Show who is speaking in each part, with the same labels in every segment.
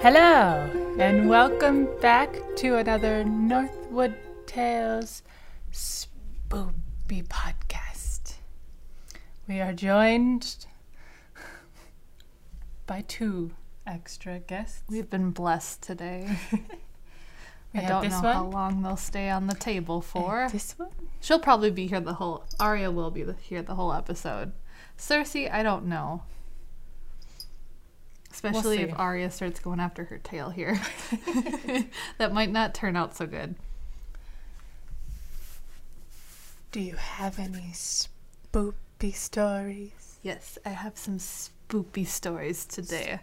Speaker 1: Hello, and welcome back to another Northwood Tales Spoopy podcast. We are joined by two extra guests.
Speaker 2: We've been blessed today.
Speaker 1: We
Speaker 2: I
Speaker 1: have
Speaker 2: don't
Speaker 1: this
Speaker 2: know
Speaker 1: one.
Speaker 2: how long they'll stay on the table for.
Speaker 1: This one?
Speaker 2: She'll probably be here the whole. Arya will be the- here the whole episode. Cersei, I don't know. Especially
Speaker 1: see.
Speaker 2: if Arya starts going after her tail here, that might not turn out so good.
Speaker 1: Do you have any spoopy stories?
Speaker 2: Yes, I have some spoopy stories today.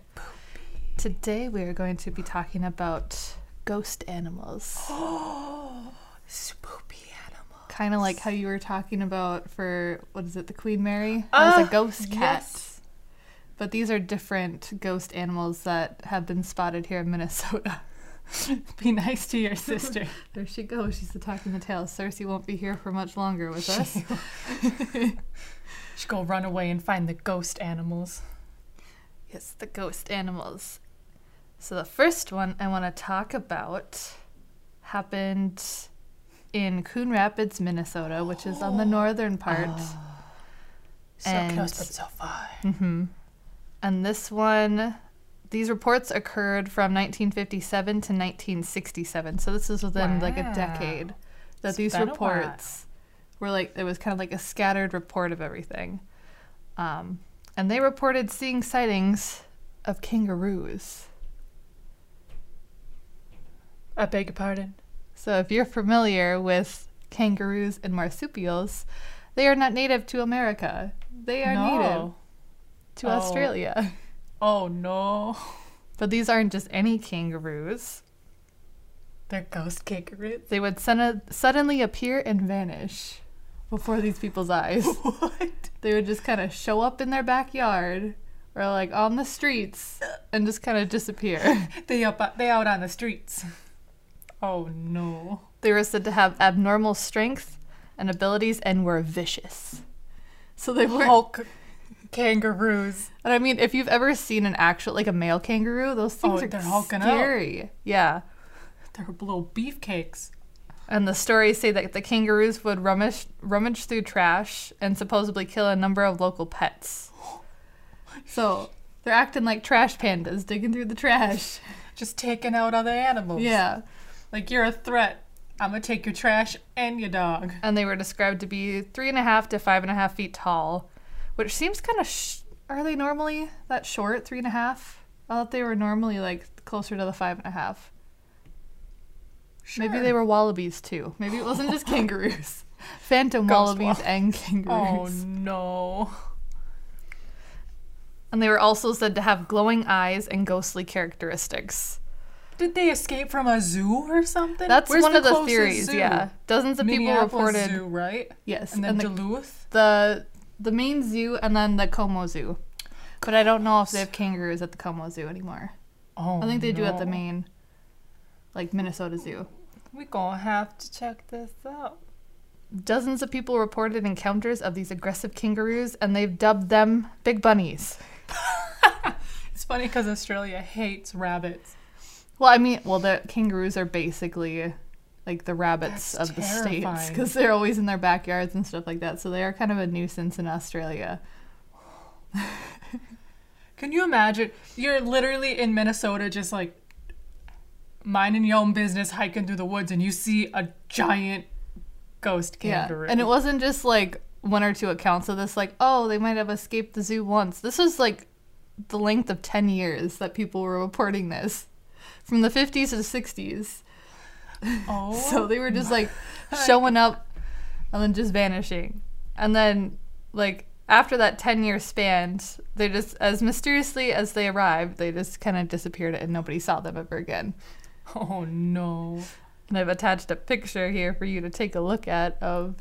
Speaker 2: Today we are going to be talking about ghost animals.
Speaker 1: Oh, spoopy animal.
Speaker 2: Kind of like how you were talking about for what is it, the Queen Mary? That was
Speaker 1: Ah,
Speaker 2: a ghost cat.
Speaker 1: yes.
Speaker 2: But these are different ghost animals that have been spotted here in Minnesota.
Speaker 1: Be nice to your sister.
Speaker 2: there she goes. She's attacking the tail. Cersei won't be here for much longer with us.
Speaker 1: She go run away and find the ghost animals.
Speaker 2: Yes, the ghost animals. So the first one I want to talk about happened in Coon Rapids, Minnesota, which is on the northern part.
Speaker 1: So
Speaker 2: And-
Speaker 1: close but so far.
Speaker 2: hmm And this one, these reports occurred from 1957 to 1967. So this is within like a
Speaker 1: Wow.
Speaker 2: decade that
Speaker 1: It's
Speaker 2: these
Speaker 1: been a while.
Speaker 2: reports were like, it was kind of like a scattered report of everything. Um, and they reported seeing sightings of kangaroos.
Speaker 1: I beg your pardon.
Speaker 2: So if you're familiar with kangaroos and marsupials, they are not native to America. They are native to
Speaker 1: Oh.
Speaker 2: Australia.
Speaker 1: Oh no.
Speaker 2: But these aren't just any kangaroos.
Speaker 1: They're ghost kangaroos.
Speaker 2: They would sudden- suddenly appear and vanish before these people's eyes.
Speaker 1: What?
Speaker 2: They would just kind of show up in their backyard or like on the streets and just kind of disappear.
Speaker 1: They up they out on the streets. Oh no.
Speaker 2: They were said to have abnormal strength and abilities and were vicious. So they were
Speaker 1: Hulk kangaroos.
Speaker 2: And I mean, if you've ever seen an actual like a male kangaroo, those things
Speaker 1: Oh,
Speaker 2: are
Speaker 1: they're hulking out.
Speaker 2: scary. Yeah.
Speaker 1: They're little beefcakes.
Speaker 2: And the stories say that the kangaroos would rummage rummage through trash and supposedly kill a number of local pets. So they're acting like trash pandas, digging through the trash.
Speaker 1: Just taking out other animals.
Speaker 2: Yeah.
Speaker 1: Like you're a threat. I'm gonna take your trash and your dog.
Speaker 2: And they were described to be three and a half to five and a half feet tall, which seems kind of. Sh- are they normally that short, three and a half? I thought they were normally like closer to the five and a half. Maybe they were wallabies too. Maybe it wasn't just kangaroos. Phantom
Speaker 1: Ghost
Speaker 2: wallabies and
Speaker 1: Oh
Speaker 2: kangaroos.
Speaker 1: no.
Speaker 2: And they were also said to have glowing eyes and ghostly characteristics.
Speaker 1: Did they escape from a zoo or something?
Speaker 2: That's
Speaker 1: Where's
Speaker 2: one of the
Speaker 1: closest
Speaker 2: theories,
Speaker 1: zoo?
Speaker 2: yeah. Dozens of people
Speaker 1: Minneapolis
Speaker 2: reported.
Speaker 1: Zoo, right?
Speaker 2: Yes,
Speaker 1: And
Speaker 2: and,
Speaker 1: then
Speaker 2: the,
Speaker 1: Duluth.
Speaker 2: the the main zoo and then the Como Zoo. But I don't know if they have kangaroos at the Como Zoo anymore.
Speaker 1: Oh,
Speaker 2: I think they do at the
Speaker 1: no.
Speaker 2: main, like Minnesota Zoo.
Speaker 1: We gonna have to check this out.
Speaker 2: Dozens of people reported encounters of these aggressive kangaroos, and they've dubbed them big bunnies.
Speaker 1: It's funny because Australia hates rabbits.
Speaker 2: Well, I mean, well, the kangaroos are basically like the rabbits
Speaker 1: That's
Speaker 2: of the states
Speaker 1: terrifying.
Speaker 2: because they're always in their backyards and stuff like that. So they are kind of a nuisance in Australia.
Speaker 1: Can you imagine? You're literally in Minnesota, just like minding your own business, hiking through the woods, and you see a giant ghost kangaroo.
Speaker 2: Yeah, and it wasn't just like one or two accounts of this. Like, oh, they might have escaped the zoo once. This was like the length of ten years that people were reporting this, from the fifties to the sixties.
Speaker 1: oh,
Speaker 2: So they were just like showing up and then just vanishing. And then like after that 10 year span, they just as mysteriously as they arrived, they just kind of disappeared and nobody saw them ever again.
Speaker 1: oh no!
Speaker 2: And I've attached a picture here for you to take a look at of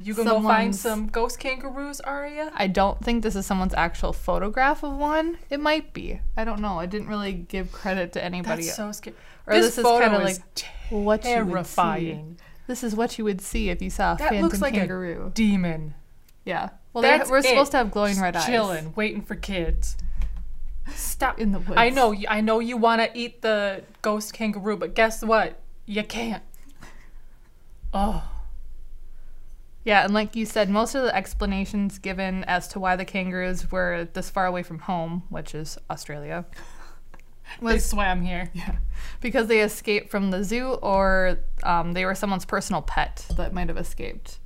Speaker 1: You gonna go find
Speaker 2: Someone's-
Speaker 1: some ghost kangaroos, Aria?
Speaker 2: I don't think this is someone's actual photograph of one. It might be. I don't know. I didn't really give credit to anybody.
Speaker 1: That's so scary.
Speaker 2: or
Speaker 1: this,
Speaker 2: this, is kind of
Speaker 1: photo
Speaker 2: like
Speaker 1: is
Speaker 2: what you would see.
Speaker 1: terrifying.
Speaker 2: This is what you would see if you saw a
Speaker 1: That
Speaker 2: phantom
Speaker 1: looks like a
Speaker 2: kangaroo.
Speaker 1: Demon.
Speaker 2: Yeah. Well, they
Speaker 1: That's
Speaker 2: we're
Speaker 1: it.
Speaker 2: supposed to have glowing
Speaker 1: Just
Speaker 2: red eyes.
Speaker 1: Chilling, waiting for kids. Stop
Speaker 2: in the woods.
Speaker 1: I know, I know you want to eat the ghost kangaroo, but guess what? You can't. Oh,
Speaker 2: Yeah, and like you said, most of the explanations given as to why the kangaroos were this far away from home, which is Australia,
Speaker 1: they
Speaker 2: was
Speaker 1: swam here.
Speaker 2: because they escaped from the zoo or um, they were someone's personal pet that might have escaped.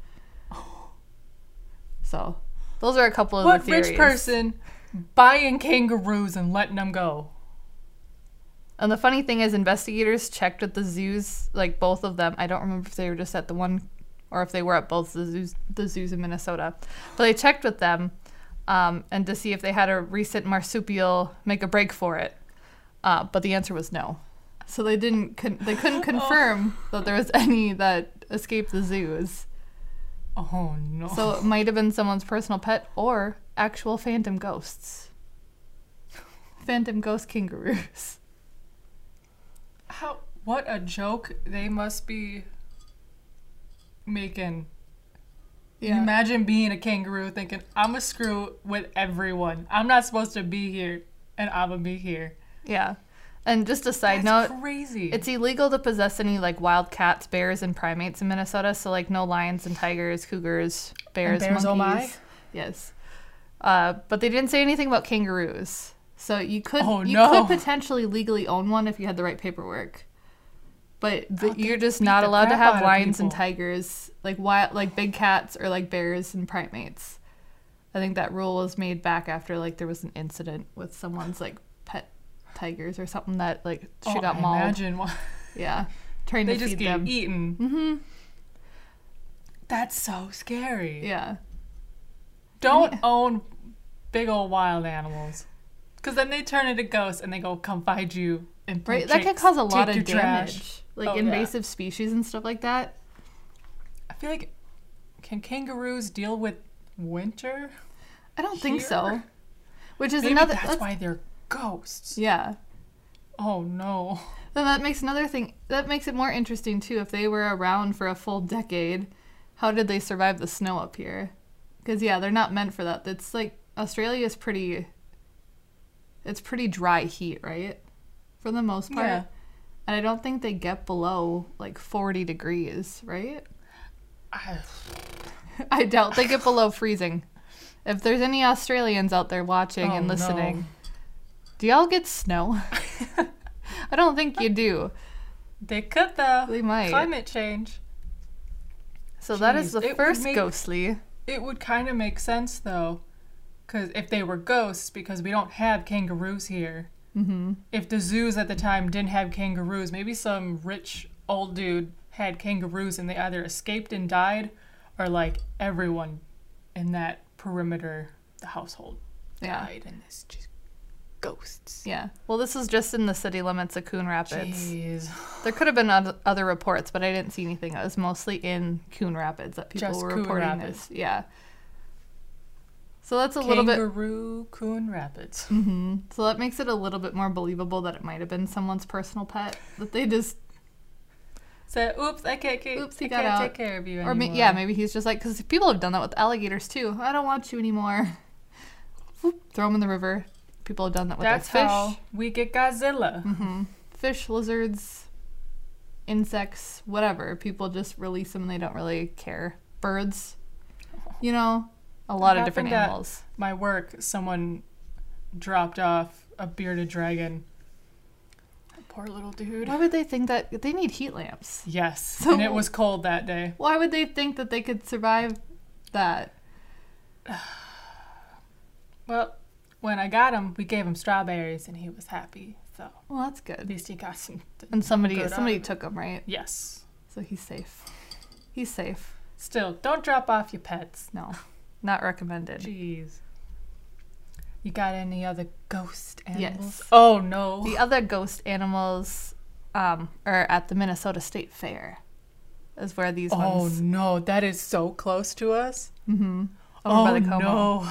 Speaker 2: So, those are a couple of
Speaker 1: What
Speaker 2: the theories.
Speaker 1: rich person buying kangaroos and letting them go?
Speaker 2: And the funny thing is, investigators checked with the zoos, like both of them. I don't remember if they were just at the one, or if they were at both the zoos, the zoos in Minnesota. But they checked with them, um, and to see if they had a recent marsupial make a break for it. Uh, but the answer was no. So they didn't. Con- they couldn't confirm that there was any that escaped the zoos.
Speaker 1: Oh no.
Speaker 2: So it might have been someone's personal pet or actual phantom ghosts. Phantom ghost kangaroos.
Speaker 1: How? What a joke they must be making. Imagine being a kangaroo thinking, I'm a screw with everyone. I'm not supposed to be here, and I'm gonna be here.
Speaker 2: Yeah. And just a side
Speaker 1: That's
Speaker 2: note,
Speaker 1: crazy.
Speaker 2: it's illegal to possess any like wild cats, bears, and primates in Minnesota. So like no lions and tigers, cougars, bears,
Speaker 1: bears, oh my.
Speaker 2: monkeys. Yes. Uh, but they didn't say anything about kangaroos. So you could
Speaker 1: Oh,
Speaker 2: you
Speaker 1: no.
Speaker 2: could potentially legally own one if you had the right paperwork. But the,
Speaker 1: Oh, they
Speaker 2: you're just
Speaker 1: beat
Speaker 2: not
Speaker 1: the
Speaker 2: allowed to
Speaker 1: crap out of
Speaker 2: have lions and
Speaker 1: people.
Speaker 2: tigers, like wild, like big cats or like bears and primates. I think that rule was made back after like there was an incident with someone's like pet tigers or something that like she
Speaker 1: Oh,
Speaker 2: got
Speaker 1: I
Speaker 2: mauled.
Speaker 1: Imagine why.
Speaker 2: Yeah, trying
Speaker 1: they
Speaker 2: to
Speaker 1: just
Speaker 2: feed
Speaker 1: get
Speaker 2: them.
Speaker 1: eaten. Mm-hmm. That's so scary.
Speaker 2: Yeah,
Speaker 1: Don't own big old wild animals, because then they turn into ghosts and they go come find you and play
Speaker 2: right. That could
Speaker 1: tricks,
Speaker 2: cause a lot
Speaker 1: take
Speaker 2: of
Speaker 1: your
Speaker 2: damage, like
Speaker 1: Oh, yeah.
Speaker 2: invasive species and stuff like that.
Speaker 1: I feel like can kangaroos deal with winter?
Speaker 2: I don't think so.
Speaker 1: Here?
Speaker 2: Which is
Speaker 1: Maybe
Speaker 2: another.
Speaker 1: that's
Speaker 2: let's-
Speaker 1: why they're ghosts.
Speaker 2: Yeah.
Speaker 1: Oh no.
Speaker 2: Then that makes another thing. That makes it more interesting too. If they were around for a full decade, how did they survive the snow up here? Because yeah, they're not meant for that. That's like Australia is pretty. It's pretty dry heat, right? For the most part.
Speaker 1: Yeah.
Speaker 2: And I don't think they get below like 40 degrees, right?
Speaker 1: I,
Speaker 2: I doubt they get below freezing. If there's any Australians out there watching and
Speaker 1: Oh, no.
Speaker 2: listening, do y'all get snow? I don't think you do.
Speaker 1: they could though.
Speaker 2: They might.
Speaker 1: Climate change.
Speaker 2: So that is
Speaker 1: Jeez,
Speaker 2: the
Speaker 1: it would
Speaker 2: first
Speaker 1: make-
Speaker 2: ghostly.
Speaker 1: It would kind of make sense though, because if they were ghosts, because we don't have kangaroos here. Mm-hmm. If the zoos at the time didn't have kangaroos, maybe some rich old dude had kangaroos and they either escaped and died, or like everyone in that perimeter, the household
Speaker 2: Yeah.
Speaker 1: died, and it's just ghosts.
Speaker 2: Yeah. Well, this is just in the city limits of Coon Rapids.
Speaker 1: Jeez.
Speaker 2: There could have been oth- other reports, but I didn't see anything. It was mostly in Coon Rapids that people
Speaker 1: Just
Speaker 2: were
Speaker 1: Coon
Speaker 2: reporting
Speaker 1: Rapids.
Speaker 2: this. Yeah. So that's a little bit Mm-hmm.
Speaker 1: Kangaroo Coon Rapids.
Speaker 2: So that makes it a little bit more believable that it might have been someone's personal pet that they just,
Speaker 1: So, oops, I can't, get,
Speaker 2: Oops,
Speaker 1: I
Speaker 2: he got
Speaker 1: can't
Speaker 2: out.
Speaker 1: take care of you
Speaker 2: or
Speaker 1: anymore.
Speaker 2: may, yeah, maybe he's just like, because people have done that with alligators too. I don't want you anymore. Whoop, throw them in the river. People have done that with their
Speaker 1: That's how
Speaker 2: fish,
Speaker 1: we get Godzilla.
Speaker 2: fish, lizards, insects, whatever. People just release them and they don't really care. Birds, you know, a lot of different
Speaker 1: happened at-
Speaker 2: animals.
Speaker 1: My work, someone dropped off a bearded dragon. Poor little dude.
Speaker 2: Why would they think that they need heat lamps?
Speaker 1: Yes,
Speaker 2: So-
Speaker 1: and it was cold that day.
Speaker 2: Why would they think that they could survive that?
Speaker 1: Well, when I got him, we gave him strawberries and he was happy. So, at
Speaker 2: Well, that's good.
Speaker 1: least he got some.
Speaker 2: And somebody
Speaker 1: Good
Speaker 2: somebody
Speaker 1: on.
Speaker 2: took him, right?
Speaker 1: Yes.
Speaker 2: So he's safe. He's safe.
Speaker 1: Still, don't drop off your pets.
Speaker 2: No. Not recommended.
Speaker 1: Jeez. You got any other ghost animals?
Speaker 2: Yes.
Speaker 1: Oh, no.
Speaker 2: The other ghost animals um, are at the Minnesota State Fair. Is where these
Speaker 1: Oh
Speaker 2: ones
Speaker 1: no, that is so close to us.
Speaker 2: over
Speaker 1: oh
Speaker 2: by the Como.
Speaker 1: no,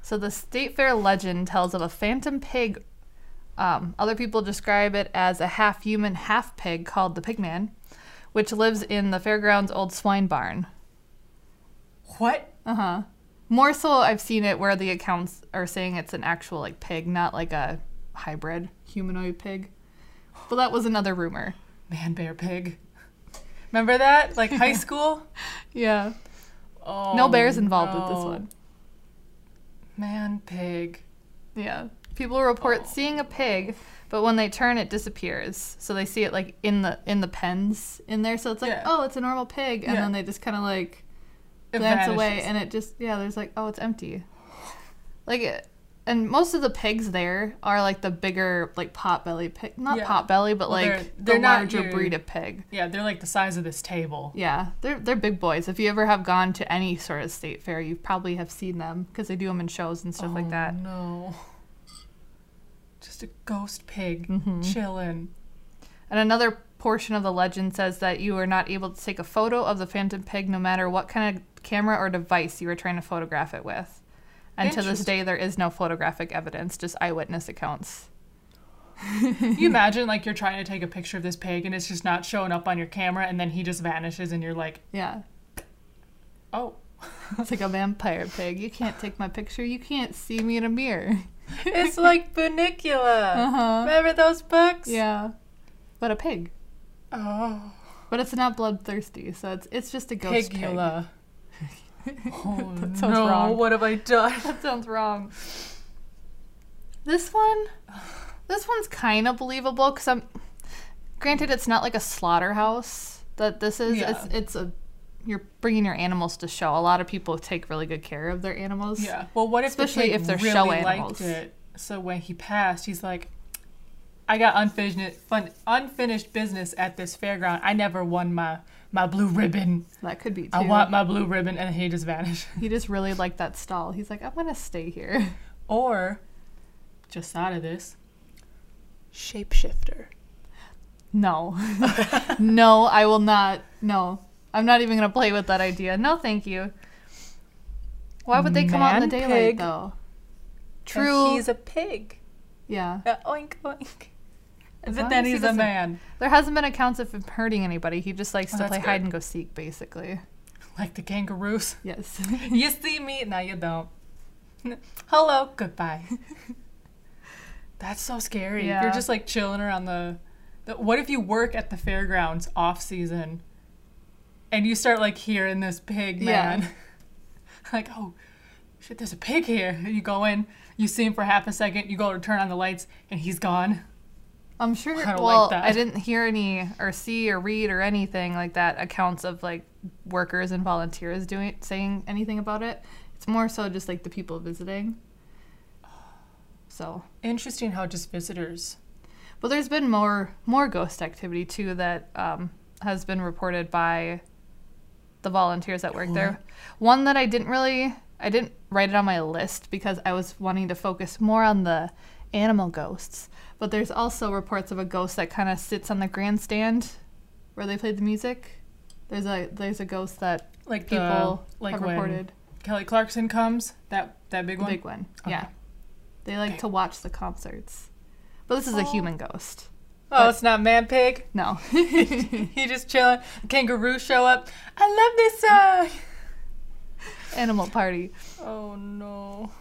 Speaker 2: So the State Fair legend tells of a phantom pig. Um, other people describe it as a half human, half pig called the pigman, which lives in the fairground's old swine barn.
Speaker 1: what?
Speaker 2: Uh huh. More so, I've seen it where the accounts are saying it's an actual like pig, not like a hybrid humanoid pig. But that was another rumor.
Speaker 1: Man, bear, pig. Remember that? Like high school?
Speaker 2: Yeah.
Speaker 1: Oh,
Speaker 2: No bears involved with this
Speaker 1: no.
Speaker 2: one.
Speaker 1: Man, pig.
Speaker 2: Yeah. People report seeing a pig, but when they turn it disappears. So they see it like in the in the pens in there. So it's like,
Speaker 1: Yeah.
Speaker 2: oh, it's a normal pig, and
Speaker 1: Yeah.
Speaker 2: then they just kind of like
Speaker 1: It
Speaker 2: glance away
Speaker 1: vanishes.
Speaker 2: and it just yeah there's like oh it's empty like it, and most of the pigs there are like the bigger like potbelly pig not
Speaker 1: Yeah.
Speaker 2: potbelly but
Speaker 1: Well,
Speaker 2: like
Speaker 1: they're- they're
Speaker 2: the
Speaker 1: not
Speaker 2: larger
Speaker 1: your-
Speaker 2: breed of pig
Speaker 1: Yeah, they're like the size of this table.
Speaker 2: yeah they're they're big boys if you ever have gone to any sort of state fair you probably have seen them because they do them in shows and stuff like
Speaker 1: Oh,
Speaker 2: that
Speaker 1: No. Just a ghost pig
Speaker 2: Mm-hmm.
Speaker 1: chilling.
Speaker 2: and another portion of the legend says that you are not able to take a photo of the phantom pig no matter what kind of camera or device you were trying to photograph it with and to this
Speaker 1: Interesting.
Speaker 2: day there is no photographic evidence just eyewitness accounts
Speaker 1: Can you imagine like you're trying to take a picture of this pig and it's just not showing up on your camera and then he just vanishes and you're like,
Speaker 2: yeah
Speaker 1: oh.
Speaker 2: It's like a vampire pig. You can't take my picture. You can't see me in a mirror.
Speaker 1: It's like Funicula.
Speaker 2: Uh-huh.
Speaker 1: Remember those books?
Speaker 2: Yeah. But a pig.
Speaker 1: Oh.
Speaker 2: But it's not bloodthirsty, so it's it's just a ghost pig.
Speaker 1: Pigula. Oh,
Speaker 2: That sounds
Speaker 1: no,
Speaker 2: wrong.
Speaker 1: what have I done?
Speaker 2: That sounds wrong. This one, this one's kind of believable because I'm. Granted, it's not like a slaughterhouse that this is.
Speaker 1: Yeah.
Speaker 2: It's it's a. You're bringing your animals to show. A lot of people take really good care of their animals.
Speaker 1: Yeah. Well, what if
Speaker 2: Especially
Speaker 1: the pig
Speaker 2: if they're
Speaker 1: really
Speaker 2: show
Speaker 1: liked
Speaker 2: animals.
Speaker 1: it? So when he passed, he's like, "I got unfinished fun, unfinished business at this fairground. I never won my my blue ribbon.
Speaker 2: That could be too.
Speaker 1: I want my blue ribbon," and he just vanished.
Speaker 2: he just really liked that stall. He's like, I'm gonna stay here.
Speaker 1: Or just thought of this shapeshifter.
Speaker 2: No. no, I will not. No. I'm not even going to play with that idea. No, thank you. Why would they come out in the
Speaker 1: Man
Speaker 2: daylight,
Speaker 1: pig.
Speaker 2: though? True.
Speaker 1: he's a pig.
Speaker 2: yeah.
Speaker 1: Uh, oink oink.
Speaker 2: As
Speaker 1: But
Speaker 2: long
Speaker 1: then
Speaker 2: as he
Speaker 1: he's a
Speaker 2: doesn't-
Speaker 1: man,
Speaker 2: There hasn't been accounts of him hurting anybody. He just likes
Speaker 1: Oh,
Speaker 2: to
Speaker 1: that's
Speaker 2: play
Speaker 1: good.
Speaker 2: hide and go seek, basically.
Speaker 1: like the kangaroos.
Speaker 2: Yes.
Speaker 1: you see me, now you don't. Hello, goodbye. That's so scary.
Speaker 2: Yeah.
Speaker 1: You're just like chilling around the, the. What if you work at the fairgrounds off season, and you start like hearing this pig
Speaker 2: Yeah.
Speaker 1: man, like oh, shit, there's a pig here. And you go in, you see him for half a second, you go to turn on the lights, and he's gone.
Speaker 2: I'm sure.
Speaker 1: I don't like
Speaker 2: well,
Speaker 1: that.
Speaker 2: I didn't hear any or see or read or anything like that accounts of like workers and volunteers doing saying anything about it. It's more so just like the people visiting. So
Speaker 1: Interesting how just visitors.
Speaker 2: Well, there's been more more ghost activity too that um, has been reported by the volunteers that work there. One that I didn't really I didn't write it on my list because I was wanting to focus more on the animal ghosts. But there's also reports of a ghost that kind of sits on the grandstand where they played the music. There's a there's a ghost that
Speaker 1: Like the-
Speaker 2: people
Speaker 1: like
Speaker 2: have
Speaker 1: when
Speaker 2: reported.
Speaker 1: Kelly Clarkson comes, that that big
Speaker 2: The
Speaker 1: one.
Speaker 2: big one, yeah.
Speaker 1: Okay.
Speaker 2: They like to watch the concerts, but this is a
Speaker 1: Oh.
Speaker 2: human ghost.
Speaker 1: oh, it's not man pig.
Speaker 2: No.
Speaker 1: he just chilling. Kangaroo show up. I love this
Speaker 2: Animal party.
Speaker 1: song. Oh no.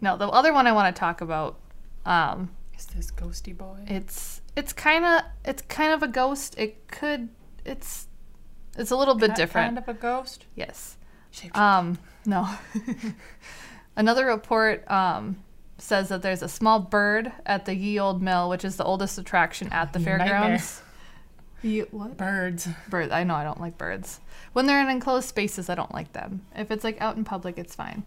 Speaker 2: No, the other one I want to talk about, um,
Speaker 1: Is this Ghosty Boy?
Speaker 2: it's it's kind of it's kind of a ghost. It could it's it's a little bit
Speaker 1: Ki-
Speaker 2: different.
Speaker 1: Kind of a ghost.
Speaker 2: Yes.
Speaker 1: Shape-
Speaker 2: Um, no. Another report um, says that there's a small bird at the Ye Old Mill, which is the oldest attraction at the
Speaker 1: Nightmare.
Speaker 2: fairgrounds. Ye what?
Speaker 1: Birds.
Speaker 2: Birds. I know I don't like birds. When they're in enclosed spaces, I don't like them. If it's like out in public, it's fine.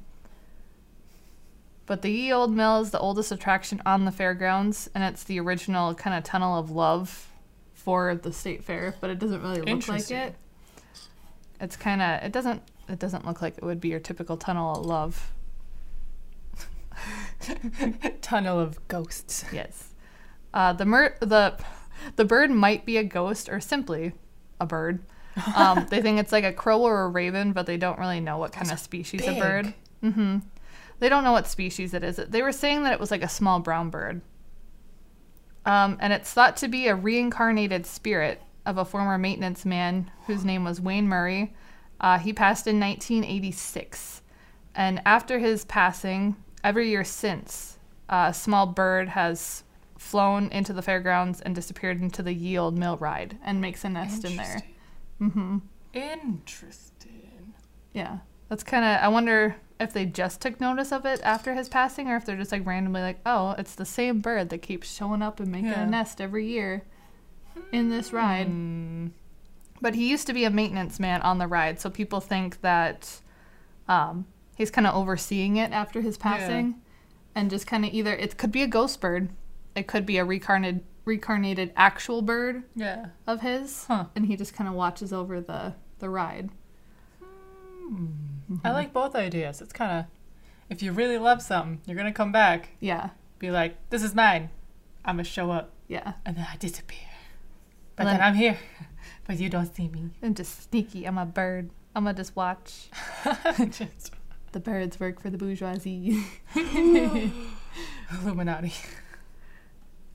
Speaker 2: But the Ye Old Mill is the oldest attraction on the fairgrounds, and it's the original kind of tunnel of love for the state fair. But it doesn't really look like
Speaker 1: Interesting.
Speaker 2: it. It's kind of it doesn't it doesn't look like it would be your typical tunnel of love.
Speaker 1: Tunnel of ghosts.
Speaker 2: Yes. Uh, the mer- the the bird might be a ghost or simply a bird. Um, they think it's like a crow or a raven, but they don't really know what kind of species of bird.
Speaker 1: big.
Speaker 2: hmm They don't know what species it is. They were saying that it was like a small brown bird. Um, and it's thought to be a reincarnated spirit of a former maintenance man whose name was Wayne Murray. Uh, he passed in 1986. And after his passing, every year since, a small bird has flown into the fairgrounds and disappeared into the yield mill ride and makes a nest in there. Mm-hmm.
Speaker 1: Interesting.
Speaker 2: Yeah. That's kind of, I wonder if they just took notice of it after his passing or if they're just like randomly like, oh, it's the same bird that keeps showing up and making
Speaker 1: Yeah.
Speaker 2: a nest every year in this ride.
Speaker 1: Mm.
Speaker 2: But he used to be a maintenance man on the ride, so people think that um, he's kind of overseeing it after his passing, and just kind of either it could be a ghost bird, it could be a recarnated recarnated actual bird
Speaker 1: Yeah.
Speaker 2: of his,
Speaker 1: Huh.
Speaker 2: and he just kind of watches over the the ride.
Speaker 1: Hmm. I like both ideas. It's kind of, if you really love something, you're gonna come back,
Speaker 2: Yeah,
Speaker 1: be like, "This is mine. I'm gonna show up,"
Speaker 2: yeah,
Speaker 1: and then I disappear. But
Speaker 2: Len-
Speaker 1: then I'm here, but you don't see me.
Speaker 2: I'm just sneaky. I'm a bird. I'm gonna just watch
Speaker 1: Just
Speaker 2: the birds work for the bourgeoisie.
Speaker 1: Illuminati.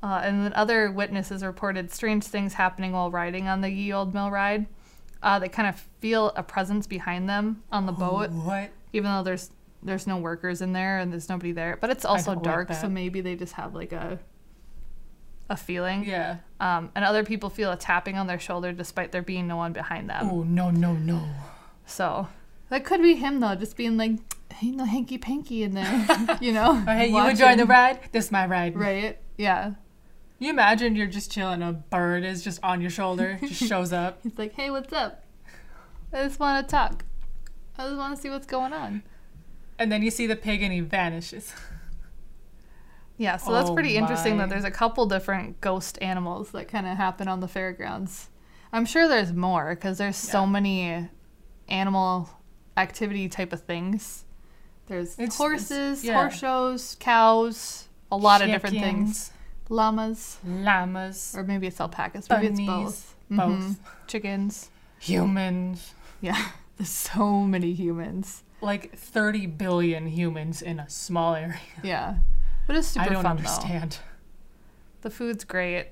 Speaker 2: Uh, and then other witnesses reported strange things happening while riding on the Ye Old Mill ride. Uh, they kind of feel a presence behind them on the boat,
Speaker 1: What?
Speaker 2: even though there's there's no workers in there and there's nobody there. But it's also
Speaker 1: don't like
Speaker 2: dark, so
Speaker 1: that.
Speaker 2: maybe they just have like a a feeling.
Speaker 1: Yeah.
Speaker 2: Um, and other people feel a tapping on their shoulder despite there being no one behind them.
Speaker 1: Oh no no no.
Speaker 2: So that could be him though, just being like, "Ain't no hanky panky in there," you know?
Speaker 1: Oh, hey, you would join the
Speaker 2: watching.
Speaker 1: ride? This is my ride.
Speaker 2: Right? Yeah.
Speaker 1: You imagine you're just chilling, a bird is just on your shoulder, just shows up.
Speaker 2: He's like, hey, what's up? I just want to talk. I just want to see what's going on.
Speaker 1: And then you see the pig and he vanishes.
Speaker 2: Yeah, so that's
Speaker 1: Oh
Speaker 2: pretty interesting that
Speaker 1: my.
Speaker 2: there's a couple different ghost animals that kind of happen on the fairgrounds. I'm sure there's more because there's so many animal activity type of things. There's
Speaker 1: It's- it's-
Speaker 2: horses,
Speaker 1: yeah.
Speaker 2: horse shows, cows, a lot of different things.
Speaker 1: Chickens,
Speaker 2: Llamas,
Speaker 1: Llamas,
Speaker 2: or maybe it's alpacas, maybe it's
Speaker 1: bunnies,
Speaker 2: both.
Speaker 1: both.
Speaker 2: Mhm. Chickens.
Speaker 1: Humans.
Speaker 2: Yeah, there's so many humans.
Speaker 1: Like 30 billion humans in a small area.
Speaker 2: Yeah, but it's super
Speaker 1: I don't
Speaker 2: fun though.
Speaker 1: understand.
Speaker 2: The food's great.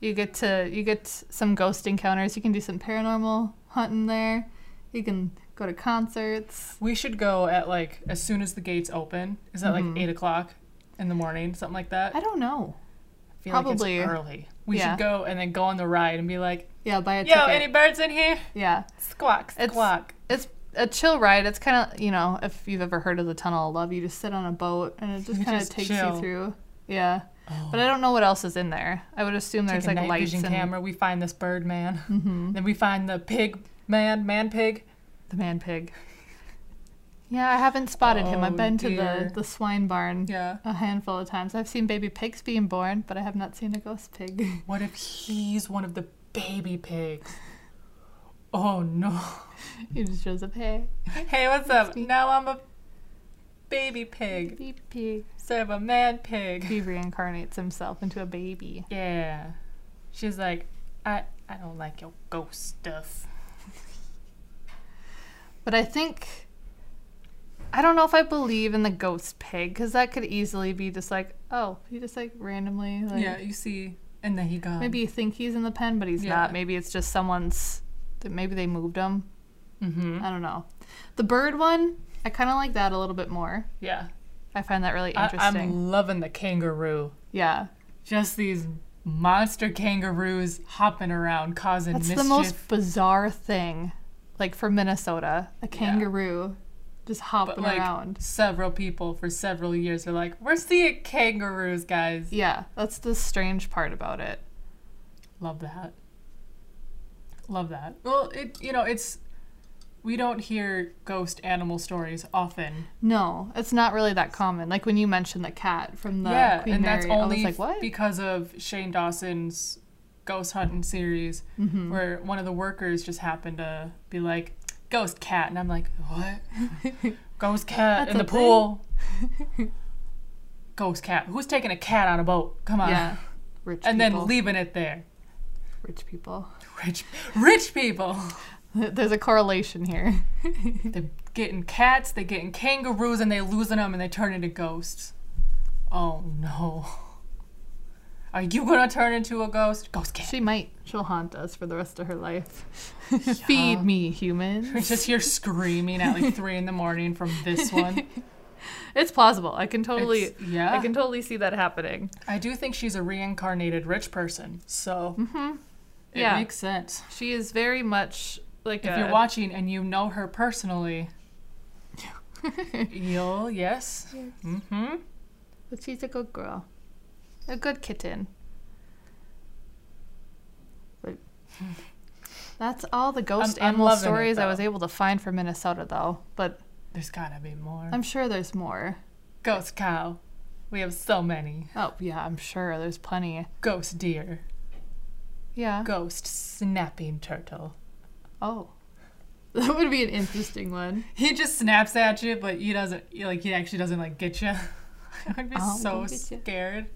Speaker 2: You get to you get some ghost encounters. You can do some paranormal hunting there. You can go to concerts.
Speaker 1: We should go at like as soon as the gates open. Is that
Speaker 2: Mhm.
Speaker 1: like 8 o'clock in the morning? Something like that?
Speaker 2: I don't know.
Speaker 1: I feel
Speaker 2: probably.
Speaker 1: like it's early. We
Speaker 2: Yeah.
Speaker 1: should go and then go on the ride and be like,
Speaker 2: Yeah, buy a
Speaker 1: yo,
Speaker 2: ticket.
Speaker 1: any birds in here?
Speaker 2: yeah,
Speaker 1: Squawk,
Speaker 2: It's-
Speaker 1: squawk.
Speaker 2: it's a chill ride. It's kind of you know if you've ever heard of the Tunnel of Love, you just sit on a boat and it just
Speaker 1: You
Speaker 2: kind of
Speaker 1: just
Speaker 2: takes you
Speaker 1: chill.
Speaker 2: through. Yeah,
Speaker 1: Oh.
Speaker 2: but I don't know what else is in there. I would assume
Speaker 1: Take
Speaker 2: there's
Speaker 1: a
Speaker 2: like
Speaker 1: night
Speaker 2: lights
Speaker 1: vision
Speaker 2: and
Speaker 1: camera. We find this bird man.
Speaker 2: Mhm.
Speaker 1: Then we find the pig man, man pig.
Speaker 2: the man pig. Yeah, I haven't spotted him. I've
Speaker 1: Oh,
Speaker 2: been to
Speaker 1: dear.
Speaker 2: the the swine barn.
Speaker 1: Yeah.
Speaker 2: a handful of times. I've seen baby pigs being born, but I have not seen a ghost pig.
Speaker 1: What if he's one of the baby pigs? Oh no.
Speaker 2: he just shows up, hey,
Speaker 1: Hey, what's up? Now I'm a baby pig.
Speaker 2: baby pig.
Speaker 1: So I'm a man pig.
Speaker 2: He reincarnates himself into a baby.
Speaker 1: Yeah. She's like, I I don't like your ghost stuff.
Speaker 2: But I think I don't know if I believe in the ghost pig because that could easily be just like, oh, he just like randomly like
Speaker 1: yeah, you see. And then he got
Speaker 2: maybe you think he's in the pen, but he's
Speaker 1: Yeah.
Speaker 2: not. Maybe it's just someone's. that Maybe they moved him.
Speaker 1: Mm-hmm.
Speaker 2: I don't know. The bird one, I kind of like that a little bit more.
Speaker 1: Yeah.
Speaker 2: I find that really
Speaker 1: I,
Speaker 2: interesting.
Speaker 1: I'm loving the kangaroo.
Speaker 2: yeah,
Speaker 1: Just these monster kangaroos hopping around causing
Speaker 2: That's
Speaker 1: mischief.
Speaker 2: the most bizarre thing, like for Minnesota, a kangaroo just
Speaker 1: but
Speaker 2: hopping
Speaker 1: like
Speaker 2: around.
Speaker 1: several people for several years are like, we're seeing kangaroos, guys.
Speaker 2: Yeah, that's the strange part about it.
Speaker 1: Love that. Love that. Well, it you know it's we don't hear ghost animal stories often.
Speaker 2: No, it's not really that common. Like when you mentioned the cat from the
Speaker 1: yeah,
Speaker 2: Queen
Speaker 1: and
Speaker 2: Mary,
Speaker 1: that's only
Speaker 2: I was like, what?
Speaker 1: because of Shane Dawson's ghost hunting series,
Speaker 2: Mm-hmm.
Speaker 1: where one of the workers just happened to be like, "Ghost cat," and I'm like, "What? ghost cat
Speaker 2: That's
Speaker 1: in
Speaker 2: a
Speaker 1: the pool? ghost cat? Who's taking a cat on a boat? Come on!"
Speaker 2: yeah, rich
Speaker 1: and
Speaker 2: people.
Speaker 1: then leaving it there.
Speaker 2: rich people.
Speaker 1: Rich, rich people.
Speaker 2: There's a correlation here.
Speaker 1: They're getting cats, they're getting kangaroos, and they're losing them, and they turn into ghosts. Oh no. Are you gonna turn into a ghost? Ghost cat.
Speaker 2: She might. She'll haunt us for the rest of her life. Feed me,
Speaker 1: We
Speaker 2: humans.
Speaker 1: just hear screaming at like three in the morning from this one.
Speaker 2: It's plausible. I can totally.
Speaker 1: It's- yeah.
Speaker 2: I can totally see that happening.
Speaker 1: I do think she's a reincarnated rich person, so it
Speaker 2: Mm-hmm. Yeah.
Speaker 1: makes sense.
Speaker 2: She is very much like
Speaker 1: If
Speaker 2: a.
Speaker 1: you're watching and you know her personally, you'll yes. Mm-hmm.
Speaker 2: but she's a good girl, a good kitten. But that's all the ghost
Speaker 1: I'm
Speaker 2: animal
Speaker 1: loving it,
Speaker 2: stories I
Speaker 1: though.
Speaker 2: was able to find for Minnesota, though. But
Speaker 1: There's gotta be more.
Speaker 2: I'm sure there's more.
Speaker 1: Ghost cow. We have so many.
Speaker 2: Oh yeah, I'm sure there's plenty.
Speaker 1: Ghost deer.
Speaker 2: Yeah.
Speaker 1: Ghost snapping turtle.
Speaker 2: Oh, that would be an interesting one.
Speaker 1: He just snaps at you, but he doesn't. he, Like he actually doesn't like get you. I would be
Speaker 2: I'll
Speaker 1: so
Speaker 2: go Oh, get ya.
Speaker 1: scared.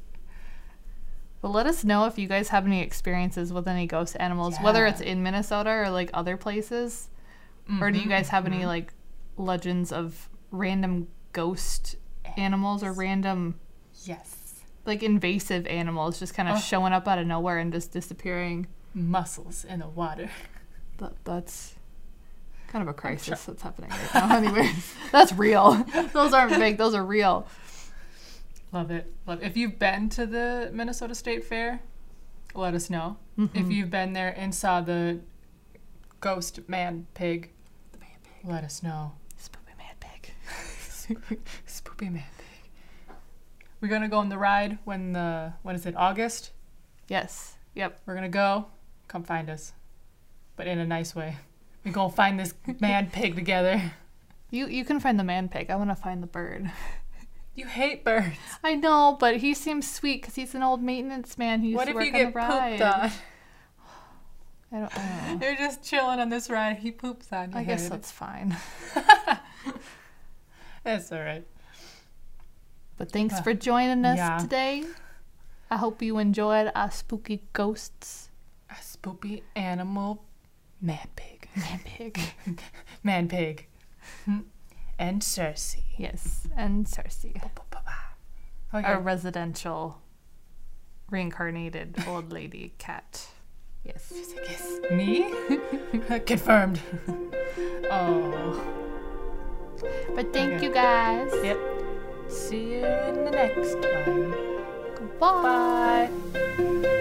Speaker 2: But let us know if you guys have any experiences with any ghost animals, whether
Speaker 1: Yeah. Mm-hmm,
Speaker 2: it's in Minnesota or like other places. Or do you guys have any like legends of random ghost animals or random
Speaker 1: Yes.
Speaker 2: like invasive animals just kind of
Speaker 1: Ugh.
Speaker 2: showing up out of nowhere and just disappearing?
Speaker 1: Mussels in the water.
Speaker 2: That, that's kind of a crisis that's happening right now. anyway, that's real. Those aren't fake, those are real.
Speaker 1: Love it. Love. If you've been to the Minnesota State Fair, let us know.
Speaker 2: Mm.
Speaker 1: If you've been there and saw the ghost man pig,
Speaker 2: The man pig.
Speaker 1: let us know.
Speaker 2: Spoopy man pig.
Speaker 1: Spoopy man pig. We're gonna go on the ride when the when is it August?
Speaker 2: Yes. Yep.
Speaker 1: We're gonna go. Come find us, but in a nice way. We're gonna find this man pig together.
Speaker 2: You you can find the man pig. I want to find the bird.
Speaker 1: You hate birds.
Speaker 2: I know, but he seems sweet because he's an old maintenance man who used
Speaker 1: What
Speaker 2: to
Speaker 1: if
Speaker 2: work
Speaker 1: you
Speaker 2: on the
Speaker 1: get
Speaker 2: ride.
Speaker 1: pooped on?
Speaker 2: I don't, I don't know.
Speaker 1: You're just chilling on this ride. He poops on you.
Speaker 2: I guess that's fine.
Speaker 1: that's all right.
Speaker 2: But thanks
Speaker 1: Ugh.
Speaker 2: for joining us
Speaker 1: Yeah.
Speaker 2: today. I hope you enjoyed our spooky ghosts.
Speaker 1: A spoopy animal man pig.
Speaker 2: Man pig.
Speaker 1: Man pig. And Cersei.
Speaker 2: yes, and Cersei,
Speaker 1: Okay.
Speaker 2: our residential reincarnated old lady cat. Yes.
Speaker 1: Yes. Me? Confirmed. oh.
Speaker 2: But thank
Speaker 1: Okay.
Speaker 2: you guys.
Speaker 1: Yep. See you in the next one.
Speaker 2: Goodbye.
Speaker 1: Bye.